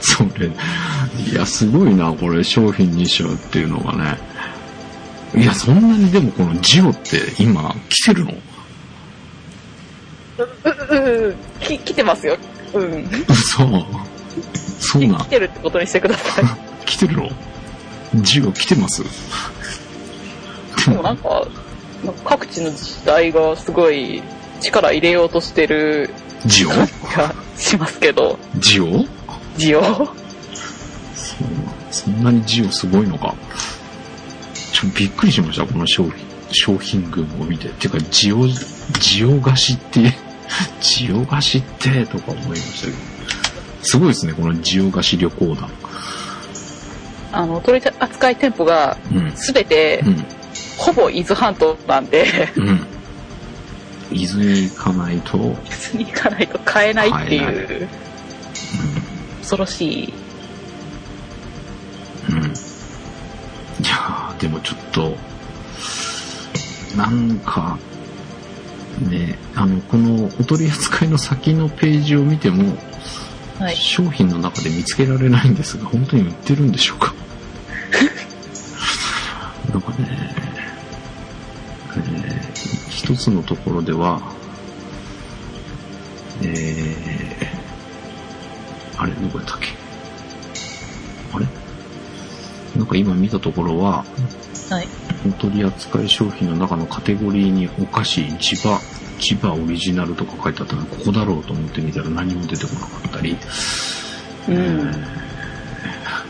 [SPEAKER 2] それ、いや、すごいな、これ、商品にしようっていうのがね。いや、そんなにでもこのジオって今、来てるの [laughs]
[SPEAKER 1] う、う、う、き、来てますよ。うん。
[SPEAKER 2] 嘘。そうな
[SPEAKER 1] 来、てるってことにしてください。
[SPEAKER 2] 来てるのジオ来てます
[SPEAKER 1] でもなんか、各地の自治体がすごい力入れようとしてる
[SPEAKER 2] ジオ
[SPEAKER 1] 感じがしますけど、
[SPEAKER 2] ジオ
[SPEAKER 1] ジオ。
[SPEAKER 2] そうなそんなにジオすごいのか。ちょ、びっくりしました、この商品、商品群を見て。てか、ジオ、ジオ菓子って、 [laughs] ジオ菓子って、とか思いましたけど。すごいですね、このジオ菓子旅行団。
[SPEAKER 1] あの、取り扱い店舗が
[SPEAKER 2] うん。
[SPEAKER 1] すべて、
[SPEAKER 2] う
[SPEAKER 1] ほぼ伊豆半島なんで、
[SPEAKER 2] ん。うん。伊豆へ行かないと、うん、
[SPEAKER 1] 別に行かないと買えないって
[SPEAKER 2] 買
[SPEAKER 1] いう、恐ろしい。
[SPEAKER 2] うん。いやー、でもちょっと、なんか、ね、あの、このお取り扱いの先のページを見ても、
[SPEAKER 1] はい。
[SPEAKER 2] 商品の中で見つけられないんですが、本当に売ってるんでしょ
[SPEAKER 1] [laughs]
[SPEAKER 2] うかなんかね、えー一つのところでは、えー、あれ、どこやったっけあれなんか今見たところは、
[SPEAKER 1] はい。
[SPEAKER 2] お取り扱い商品の中のカテゴリーにお菓子、市場、千葉オリジナルとか書いてあったら、ここだろうと思ってみたら何も出てこなかったり、
[SPEAKER 1] うん、
[SPEAKER 2] えー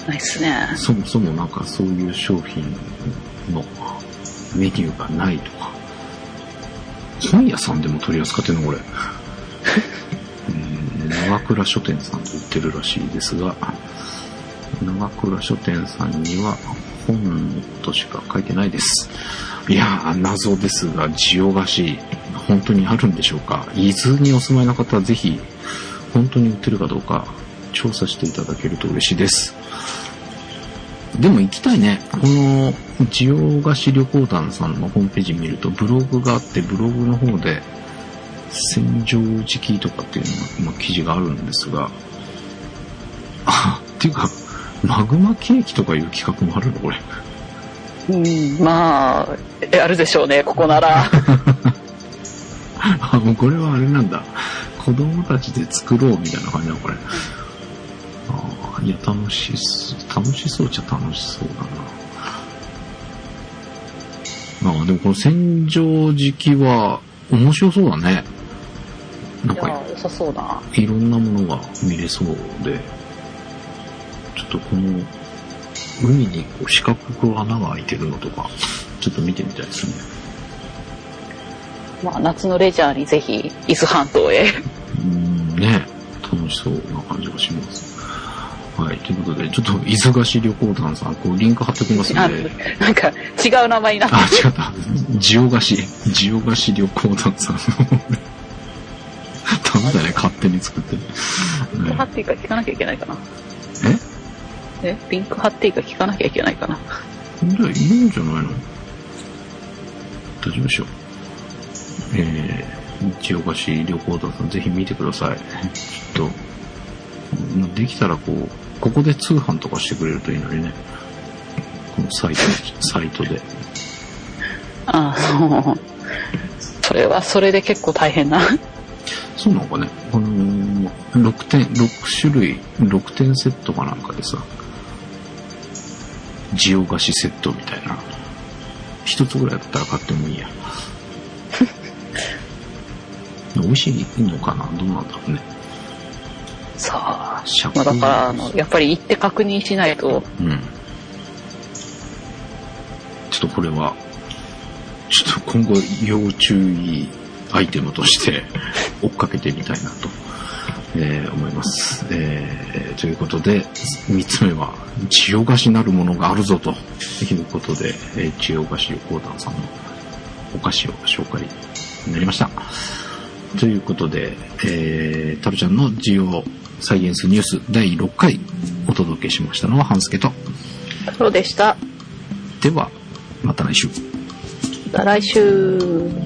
[SPEAKER 1] ないっすね
[SPEAKER 2] そもそもなんかそういう商品のメニューがないとか、本屋さんでも取り扱ってんのこれ。うん長倉書店さんで売ってるらしいですが、長倉書店さんには本としか書いてないです。いやー、謎ですが、ジオ菓子、本当にあるんでしょうか伊豆にお住まいの方はぜひ、本当に売ってるかどうか、調査していただけると嬉しいです。でも行きたいね。この、ジオ菓子旅行団さんのホームページ見ると、ブログがあって、ブログの方で、戦場時期とかっていうのが、まあ、記事があるんですが、あ、っていうか、マグマケーキとかいう企画もあるのこれ。
[SPEAKER 1] うんまあえあるでしょうねここなら
[SPEAKER 2] あ、もうこれはあれなんだ。子供たちで作ろうみたいな感じだ、これ。ああ、いや、楽しそう、楽しそうっちゃ楽しそうだな。ああ、でもこの戦場敷は面白そうだね。なん
[SPEAKER 1] いや
[SPEAKER 2] か、
[SPEAKER 1] 良さそうない
[SPEAKER 2] ろんなものが見れそうで、ちょっとこの、海にこう四角く穴が開いてるのとか、ちょっと見てみたいですね。
[SPEAKER 1] まあ夏のレジャーにぜひ伊豆半島へ
[SPEAKER 2] うーんね、楽しそうな感じがします。はい、ということで、ちょっと、伊豆菓子旅行団さん、こう、リンク貼っておきます
[SPEAKER 1] あ
[SPEAKER 2] ので、
[SPEAKER 1] なんか違う名前になって
[SPEAKER 2] あ、違った、ジオ菓子、ジオ菓子旅行団さんの方で、ダメだね、勝手に作
[SPEAKER 1] [laughs]
[SPEAKER 2] って。
[SPEAKER 1] リンク貼
[SPEAKER 2] ね
[SPEAKER 1] っていいか聞かなきゃいけないかな
[SPEAKER 2] え
[SPEAKER 1] えリンク貼っていいか聞かなきゃいけないかな
[SPEAKER 2] じゃあいいんじゃないの大丈夫でしょう。えー、千代菓子旅行団さん、ぜひ見てください。ちょっと、まあできたらこう、ここで通販とかしてくれるといいのにね。このサイト、サイトで。
[SPEAKER 1] あそうそれはそれで結構大変な [laughs]
[SPEAKER 2] そうなのかね。この、6点、6種類、6点セットかなんかでさ、ジオ菓子セットみたいな。一つぐらいだったら買って
[SPEAKER 1] [laughs]
[SPEAKER 2] もいいや。美味しいのかなどうなんだろうね。
[SPEAKER 1] そうま
[SPEAKER 2] シャ
[SPEAKER 1] あだからあのやっぱり行って確認しないと
[SPEAKER 2] うん。ちょっとこれは、ちょっと今後要注意アイテムとして追っかけてみたいなと、えー思います。えーということで、3つ目は、千代菓子なるものがあるぞということで、えー千代菓子横断さんのお菓子を紹介になりました。ということで、えー、タルちゃんの需要サイエンスニュース第6回お届けしましたのは半助と。
[SPEAKER 1] そうでした
[SPEAKER 2] では、また来週。
[SPEAKER 1] また来週